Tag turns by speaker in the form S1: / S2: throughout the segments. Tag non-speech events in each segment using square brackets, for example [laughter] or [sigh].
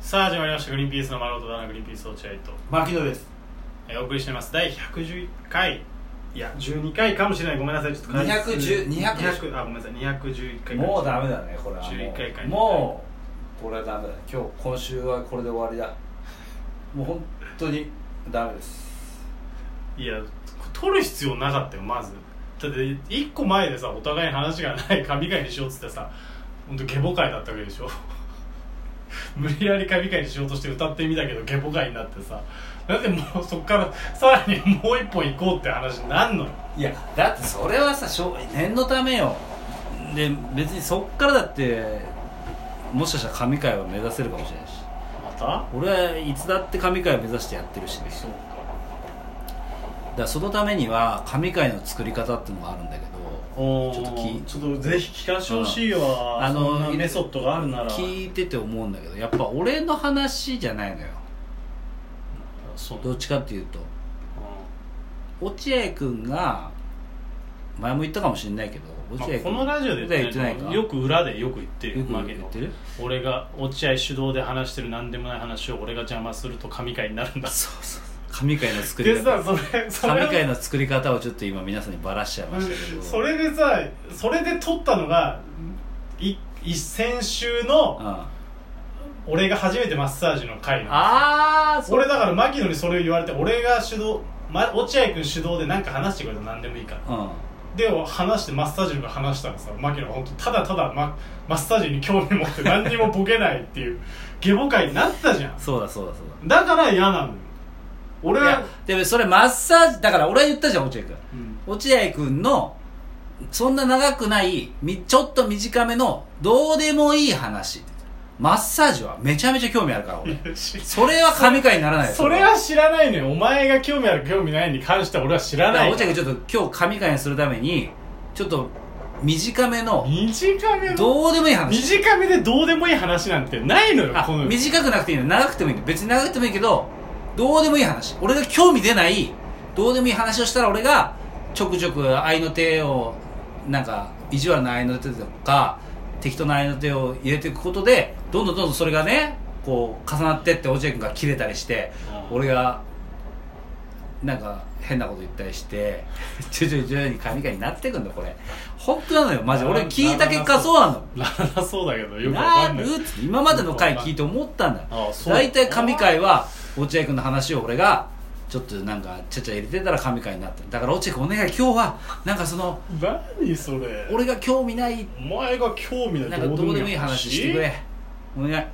S1: さあ始まりました「グリーンピースの丸ごとだなグリーンピース落合」と、
S2: 牧野です
S1: えーお送りしています第111回いや12回かもしれないごめんなさいちょっと回数
S2: 210 200
S1: 200あごめんなさい211回
S2: もうダメだねこれはも
S1: 11回か
S2: うもうこれはダメだ今日今週はこれで終わりだもう本当にダメです
S1: いや取る必要なかったよまずだって1個前でさお互いに話がない神回にしようっつってさ本当下ボ会だったわけでしょ [laughs] 無理やり神回にしようとして歌ってみたけど下ボ会になってさだってもうそっからさらにもう一本行こうって話になんのよ
S2: いやだってそれはさしょ念のためよで別にそっからだってもしかしたら神回を目指せるかもしれないし
S1: また
S2: 俺はいつだって神回を目指してやってるしね
S1: そうか
S2: だからそのためには神回の作り方っていうのがあるんだけど
S1: おー
S2: ちょっと聞い
S1: ちょっとぜひ聞かしてほしいわ
S2: あの
S1: そんなメソッドがあるなら
S2: 聞いてて思うんだけどやっぱ俺の話じゃないのよ
S1: そう
S2: どっちかっていうと
S1: う
S2: 落合君が前も言ったかもしれないけど
S1: ん
S2: 落
S1: ま
S2: 合
S1: あ
S2: 君、
S1: このラジオで
S2: 言ってないか
S1: よく裏でよく言ってる
S2: よく
S1: わけ
S2: 言
S1: の
S2: ってる
S1: 俺が落合主導で話してる何でもない話を俺が邪魔すると神回になるんだ
S2: そうそう神回の作り
S1: で
S2: 方
S1: さそれそ
S2: 神回
S1: れ
S2: の作り方をちょっと今皆さんにばらしちゃいましたけど
S1: それでさそれで撮ったのがいい先週
S2: う
S1: の
S2: ん、あ
S1: 俺が初めてマッサージの回なんです
S2: あーそう
S1: 俺だから牧野にそれを言われて俺が主導、ま、落合君主導で何か話してくれたら何でもいいから
S2: うん
S1: で話してマッサージの話したらさ牧野が本当ただただママッサージに興味持って何にもボケないっていう下ボ会になったじゃ
S2: そうだそうだそうん
S1: だから嫌なのよ俺
S2: だいや
S1: は、
S2: でもそれマッサージだから俺は言ったじゃん落合君
S1: うん
S2: 落合君のそんな長くないみちょっと短めのどうでもいい話って言ってたマッサージはめちゃめちゃ興味あるから俺それは神回にならないよ
S1: それは知らないのよお前が興味ある興味ないに関しては俺は知ら
S2: だか
S1: な
S2: ら
S1: い
S2: 落合君ちょっと今日神回にするためにちょっと短めの
S1: 短めの
S2: どうでもいい話
S1: 短めでどうでもいい話なんてないのよ
S2: あ
S1: この
S2: 短くなくていいの長くてもいいの別に長くてもいいけどどうでもいい話俺が興味出ないどうでもいい話をしたら俺がちょくちょく愛の手をなんか意地悪な愛の手とか適当な愛の手を入れていくことでどんどんどんどんそれがねこう重なってって落合君が切れたりして
S1: うん
S2: 俺がなんか変なこと言ったりして [laughs] 徐々に徐々に神々になってくんだこれ本当なのよマジ俺聞いた結果そうなの
S1: ならなそうだけどよくわ
S2: な
S1: かんない
S2: るって今までの回聞いて思ったんだ
S1: ああそう
S2: 大体神回は落合君の話を俺がちょっとなんかちゃちゃ入れてたら神回になっただから落合君お願い今日はなんかその
S1: 何それ
S2: 俺が興味ない
S1: お前が興味な
S2: ないんかどうでもいい話してくれお願い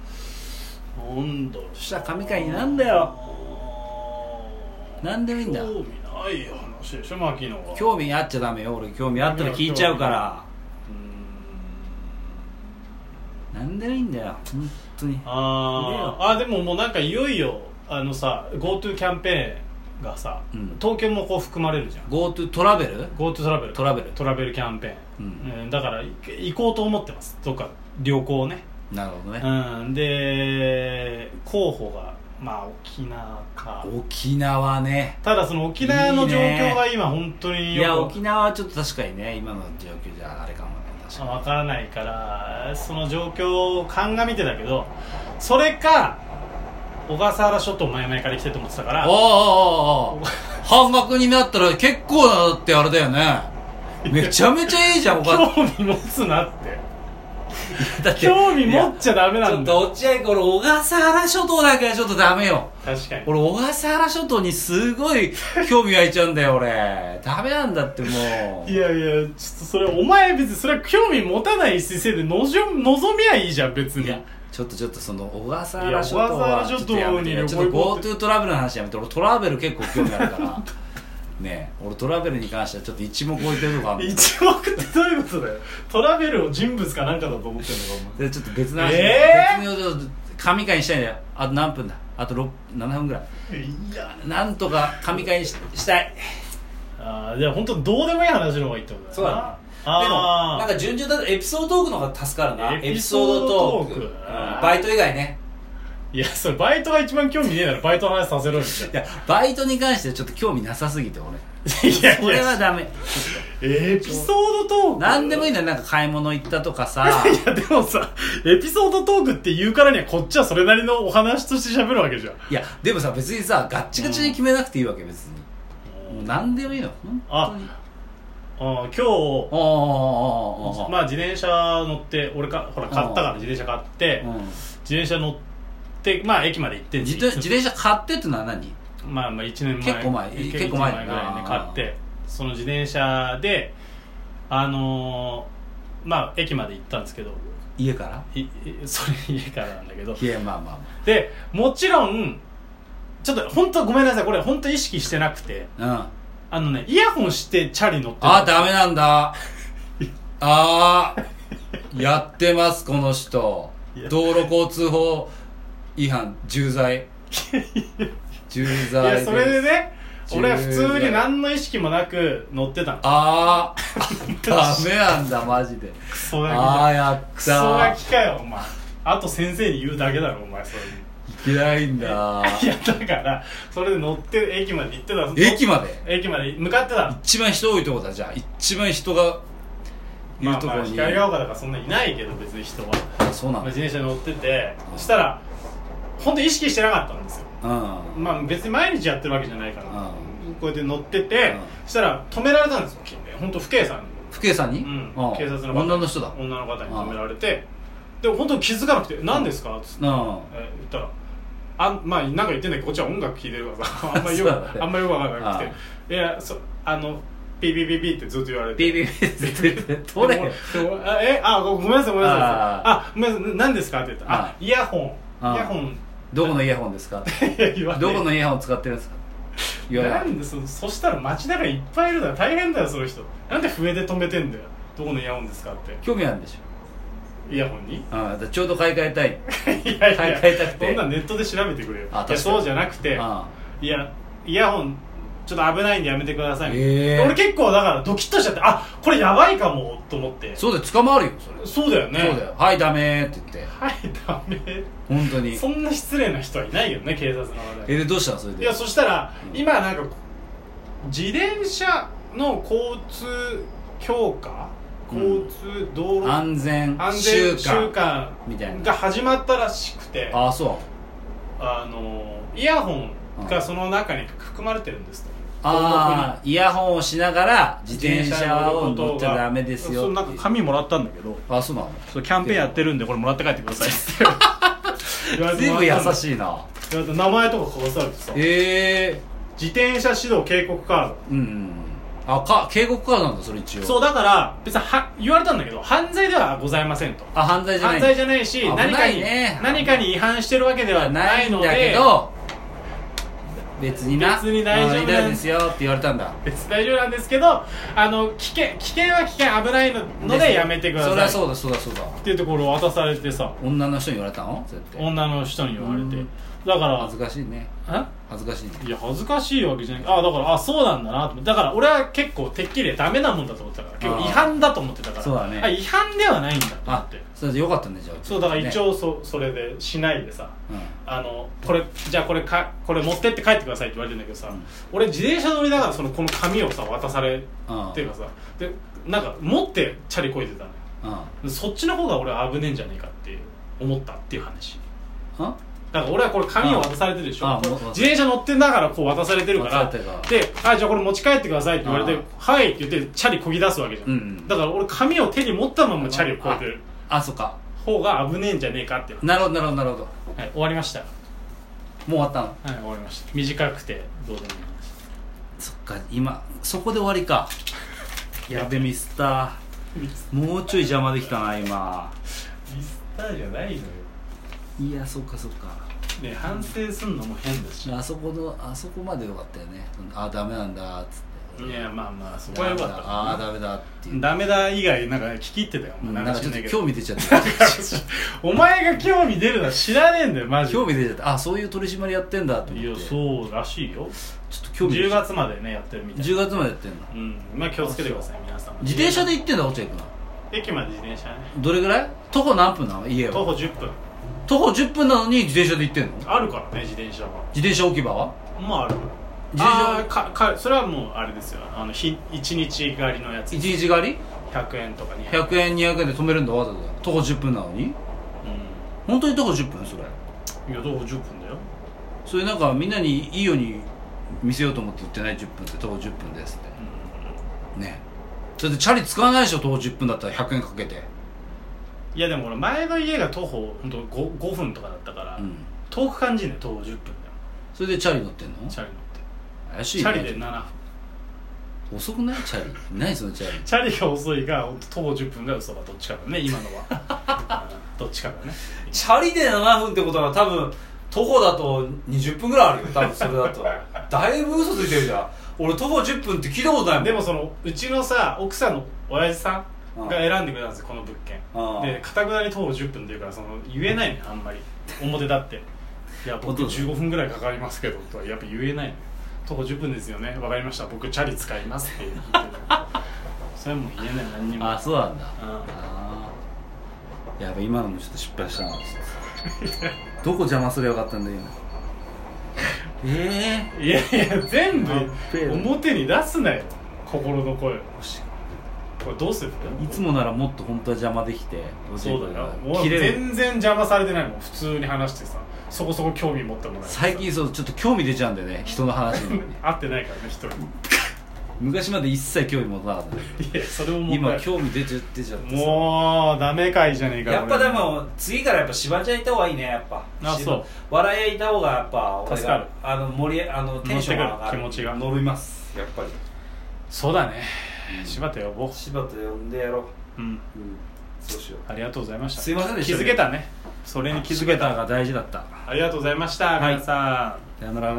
S1: なんだ
S2: そしたら神回になんだよなんでもいいんだ
S1: 興味ない話でしょ牧野は
S2: 興味あっちゃダメよ俺興味あったら聞いちゃうから
S1: うーん
S2: なんでもいいんだよ本当に
S1: あーあでももうなんかいよいよあのさ GoTo キャンペーンがさ、
S2: うん
S1: 東京もこう含まれるじゃん
S2: GoTo トラベル
S1: GoTo トラベル
S2: トラベル
S1: トラベルキャンペーン、うんだからい行こうと思ってますどっか旅行ね
S2: なるほどね
S1: うんで候補がまあ沖縄か
S2: 沖縄ね
S1: ただその沖縄の
S2: いい
S1: 状
S2: ね
S1: 況が今本当に
S2: い
S1: よく
S2: や沖縄はちょっと確かにね今の状況じゃあれかもね確かに
S1: わからないからその状況を鑑みてだけどそれか小笠原諸島前々から来てと思ってたから
S2: ああああああ半額になったら結構だってあれだよねめちゃめちゃいいじゃんお金
S1: 興味持つなって
S2: だって
S1: [laughs] 興味持っちゃダメ
S2: いやち
S1: な
S2: ょ
S1: ん
S2: っ
S1: だ
S2: と落合君俺小笠原諸島だけはちょっとダメよ
S1: 確かに
S2: 俺小笠原諸島にすごい興味湧いちゃうんだよ俺ダメなんだってもう
S1: いやいやちょっとそれお前別にそれは興味持たない姿勢でのぞ望みはいいじゃん別に
S2: いやちょっとちょっとその小笠原諸島
S1: いや小
S2: は
S1: 笠
S2: ち
S1: 原
S2: ょ
S1: 諸
S2: っとや
S1: 島
S2: め
S1: に
S2: て
S1: 旅行行こうって
S2: ちょっと GoTo トラベルの話やめて俺トラベル結構興味あるからねえ俺トラベルに関してはちょっと一目置いてるのがあんの
S1: 一目ってどういうことだよトラベルを人物かなんかだと思ってんのかお前
S2: でちょっと別の話、
S1: えー
S2: 別の用途神回にしたいんだよあと何分だあと6 7分ぐらい
S1: いや
S2: なんとか神回にししたい
S1: あーじゃあ本当どうでもいい話の方がいいってことだよな
S2: でも
S1: あ
S2: な
S1: ー
S2: んか順調だとエピソードトークの方が助かるな
S1: エピソードトーク
S2: エピソードトークうんバイト以外ね
S1: いやそれバイトが一番興味ねえならバイトの話させろよみたい
S2: いやバイトに関してはちょっと興味なさすぎて俺
S1: [laughs] いやいや
S2: それはダメ
S1: エピソードトーク
S2: 何でもいいんだよなんか買い物行ったと
S1: [laughs]
S2: かさ
S1: いやでもさエピソードトークって言うからにはこっちはそれなりのお話として喋るわけじゃん
S2: いやでもさ別にさガッチガチに決めなくていいわけ別に、もう何でもいいの
S1: あ
S2: 本当に
S1: あ今日
S2: ああ
S1: まあ自転車乗って俺かほら買ったから自転車買って自転車乗ってまあ駅まで行って
S2: 自転自転車買ってってのは何
S1: まあまあ1年前
S2: 結構前
S1: 一
S2: 結構前だな
S1: 一年ぐらいね買ってその自転車であのーまあ駅まで行ったんですけど
S2: 家から
S1: い [laughs] いそれ家からなんだけど
S2: いやまあまあ
S1: でもちろんちょっと本当ごめんなさいこれ本当意識してなくて
S2: まあうん
S1: あのねイヤホンしてチャリ乗って
S2: あダメなん
S1: [laughs]
S2: だあーやってますこの人
S1: いや
S2: 道路交通法違反重
S1: [laughs]
S2: 罪重
S1: い
S2: 罪
S1: や
S2: です
S1: それでね
S2: 重
S1: 俺
S2: 大
S1: は普通に何の意識もなく乗ってたの
S2: あ
S1: [laughs]
S2: ーダメなんだマジで
S1: クソガキ
S2: あ
S1: だ
S2: あやっ
S1: クソガ
S2: た
S1: キかよお前あと先生に言うだけだろお前それに
S2: いけないんだ
S1: いやだからそれで乗って駅まで行ってたの
S2: 駅まで
S1: 駅まで向かってたの
S2: 一番人多いとこだじゃあ一番人がい
S1: ま
S2: る
S1: あ
S2: と
S1: ま
S2: こ
S1: あ
S2: ろに、
S1: 光が丘だからそんなにいないけど別に人は、
S2: あそう
S1: ま
S2: な
S1: あ、
S2: んだ
S1: 自転車に乗っててそしたら本当意識してなかったんですよ
S2: うん
S1: まあ別に毎日やってるわけじゃないから、
S2: う
S1: こうやって乗ってて、
S2: う
S1: そしたら止められたんですよ本当不敬さんに
S2: 父兄さんに、
S1: うん
S2: ああ
S1: 警察の方
S2: 女の人だ
S1: 女の方に止められてでも本当に気づかなくて「何ですか?」っつって、
S2: うん
S1: え言ったら「あんまあなんか言ってんだけどこっちは音楽聴いてる
S2: [laughs]
S1: からさあんまりよ
S2: そうだね
S1: くあんまよくわからなく
S2: あ
S1: て「いやそあのピーピーピーピー」ってずっと言われて
S2: ビビビって取れ
S1: でもでもあえあごごめんなさいごめんなさい
S2: あ
S1: あごめんなさい何ですか?」って言ったら「
S2: あ
S1: あイヤホン
S2: あ
S1: イヤホン」
S2: [laughs] どこのイヤホンですか
S1: って言われて
S2: どこのイヤホン使ってるんですか言わ
S1: な
S2: ない
S1: んでそそしたら街中いっぱいいるだろ大変だよそういう人なんで笛で止めてんだよどこのイヤホンですかって
S2: 興味あるんでしょ
S1: イヤホンに
S2: ああだからちょうど買い替えたい
S1: いやいや
S2: 買い替えたくて
S1: そんなんネットで調べてくれよ
S2: あ確
S1: い
S2: か
S1: や
S2: に
S1: そうじゃなくて
S2: あ
S1: いやイヤホンちょっと危ないんでやめてください、
S2: へえ
S1: 俺結構だからドキッとしちゃってあこれやばいかもと思って
S2: あ
S1: そ
S2: そうだよ捕まるよそれ、
S1: うだよね
S2: そうだよはいダメーって言って
S1: はいダメ
S2: 本当に
S1: そんな失礼な人はいないよね警察の方
S2: え
S1: で
S2: でどうしたのそれ
S1: い
S2: で
S1: やそしたら今なんか自転車の交通強化
S2: うん
S1: 交通道路、
S2: 安全
S1: 安全
S2: 習
S1: 習
S2: 慣
S1: 慣
S2: みたいな
S1: が始まったらしくて
S2: ああそ
S1: あのイヤホンがその中に含まれてるんですと
S2: うああイヤホンをしながら自転車を乗っちゃダメですよ
S1: そうなんか紙もらったんだけど
S2: あそうなの
S1: そうキャンペーンやってるんでこれもらって帰ってくださいって
S2: [laughs] 全部優
S1: [laughs] い
S2: しいな
S1: 名前とか書かされてさ
S2: ええ
S1: 自転車指導警告カ
S2: ー、うんうんうんあか警告カードなんだそれ
S1: ー
S2: 一応
S1: ドそうだから別には言われたんだけど犯罪ではございませんと
S2: あ犯罪じゃない
S1: 犯罪じゃないし
S2: 危
S1: 何
S2: な
S1: かに
S2: いね
S1: 何かに違反してるわけではな
S2: ないいん
S1: の
S2: だけ
S1: で
S2: ど別にな
S1: 別に大丈夫なん
S2: あいいですよって言われたんだ
S1: 別に大丈夫なんですけどあの危険危険は危険危ないののでやめてください
S2: それはそうだそうだそうだ
S1: っていうところを渡されてさ
S2: 女の人に言われたのそうやって
S1: 女の人に言われて
S2: うん
S1: だから
S2: 恥ずかしいね
S1: あ
S2: 恥ずかしいね
S1: いや恥ずかしいわけじゃないあだからあそうなんだなと思ってだから俺は結構てっきりダメなもんだと思ってたから結
S2: あ
S1: 構
S2: ー
S1: 違反だと思ってたから
S2: そうだね
S1: あ違反ではないんだと思っ
S2: あ
S1: て
S2: それでよかったねじゃあ
S1: そうだから一
S2: ね
S1: 応そそれでしないでさ
S2: うん
S1: あのこれじゃあこれかこれ持ってって帰ってくださいって言われてんだけどさ、
S2: うん
S1: 俺自転車乗りながらそのこの紙をさ渡され
S2: うん
S1: ていうかさでなんか持ってチャリこいでたのよ
S2: う
S1: でそっちの方が俺は危ねえんじゃねえかって思ったっていう話
S2: んうん
S1: だから俺はこれ紙を渡されてるでし
S2: ああ
S1: ょこれ
S2: もう
S1: 自転車乗ってながらこう渡されてるか
S2: 渡
S1: ら
S2: されてるから
S1: で「あじゃあこれ持ち帰ってください」って言われて
S2: あ
S1: 「はい」って言ってチャリこぎ出すわけじゃん、
S2: うんうん
S1: だから俺紙を手に持ったままチャリをこいでる
S2: あそっか
S1: 方が危ねえんじゃねえかっていう、
S2: なるほどなるほどなるほども
S1: はい、終わりましたは
S2: う終わったの
S1: い終わりました短くてどうでもいい話
S2: そっか今そこで終わりかやべミスタ
S1: ミス
S2: ーもうちょい邪魔できたな今
S1: ミスターじゃないのよ
S2: いやそっかそっか
S1: ね反省すんのも変だし
S2: あそこのあそこまでよかったよねあダメなんだっつって
S1: いやまあまあそこはよかった
S2: ああダメだっていう
S1: ダメだ以外なんか聞き入ってたよお
S2: うん
S1: 前
S2: な
S1: な
S2: ん
S1: ん
S2: か
S1: か知
S2: ち
S1: ん
S2: ょっ
S1: ない
S2: と
S1: けど
S2: 興味出ちゃ
S1: [laughs]
S2: った
S1: お前が興味出るのは知らねえんだよマジで
S2: 興味出ちゃったあそういう取り締まりやってんだと
S1: い
S2: 思っ
S1: や
S2: て
S1: そうらしいよ
S2: ちょっと興味
S1: 10
S2: 出ちゃっ
S1: 月までねやってるみ
S2: た
S1: たい
S2: 10月までやってんの
S1: うんまあ気をつけてください皆さんも
S2: 自転車で行ってんだ落合君
S1: 駅まで自転車ね
S2: どれぐらい徒歩何分なの家
S1: 徒
S2: は
S1: 歩10分
S2: 徒歩10分なのに自転車で行ってんの
S1: あるからね自転車は
S2: 自転車置き場は
S1: まあある
S2: 十
S1: あ
S2: 条
S1: ーかかそれはもうあれですよあの日1日狩りのやつ
S2: 一日狩り
S1: 100円とか200円、
S2: 100円200円で止めるんだわざわざ徒歩10分なのに本当に徒歩10分それ
S1: うん、いやどこ10分だよ
S2: それなんかみんなにいいように見せようと思って言ってない10分って徒歩10分ですって
S1: うん
S2: ねだってチャリ使わないでしょ徒歩10分だったら100円かけて
S1: いやでも俺前の家が徒歩ほんと 5, 5分とかだったから、
S2: うん
S1: 遠く感じんね徒歩10分だよ
S2: それでチャリ乗ってんの
S1: チャリ乗って
S2: 怪しい
S1: チ
S2: ね
S1: ャリで7分
S2: 遅くないチャリ [laughs] 何そのチャリ
S1: チャリが遅いがほんと徒歩10分が嘘かどっちかだね今の
S2: [laughs]
S1: は、うんどっちかだね
S2: チャリで7分ってことは多分徒歩だと20分ぐらいあるよ多分それ [laughs] だとだいぶ嘘ついてるじゃん俺徒歩10分って聞いたことないも
S1: [laughs]
S2: ん
S1: でもそのうちのさ奥さんの親父さんが選んでくれたんですよこの物件
S2: ああ
S1: でかたくなに徒歩10分っていうからその言えないねあんまり表立っていや僕
S2: 本当だ
S1: 15分ぐらいかかりますけどとはやっぱ言えないのよ徒歩10分ですよねわかりました僕チャリ使いますって言ってる [laughs] それも言えない何にも
S2: あそうなんだ
S1: うん
S2: あーやばい今のもちょっと失敗したなどこ邪魔すればよかったんだよ [laughs] 今え
S1: いやいや全部
S2: あっぺー
S1: 表に出すなよ心の声を
S2: え
S1: これどうする
S2: いつもならもっと本当は邪魔できて
S1: そうだよもう
S2: 切れる
S1: 全然邪魔されてないもん普通に話してさそこそこ興味持ってもらえてさ
S2: 最近そうちょっと興味出ちゃうんだよね人の話
S3: [laughs]
S2: に
S1: [laughs] 会ってないからね一人い
S2: 昔まで一切興味持たなかったんだけど
S1: やそれも問題
S2: 今興味出ちゃ出ちゃってさ
S1: もうダメかいじゃねえか
S3: やっぱ
S1: 俺
S3: でも次からやっぱしばちゃんいた方がいいねやっぱ
S1: あそう
S3: 笑い合いた方がやっぱ俺が
S1: 助かる
S3: あの盛りあのテンションが上がる
S1: 乗ってくる気持ちが
S3: 乗りますやっぱり
S1: そうだね柴田呼ぼう
S3: 柴田呼んでやろう
S1: うん
S3: うんそうしよ
S1: ありがとうございました
S2: すいませんでし
S1: 気
S2: た
S1: づけたねそれに気づけ
S2: 柴田
S1: た
S2: が大事だった
S1: ありがとうございました
S2: はい
S1: 皆さん
S2: さよなら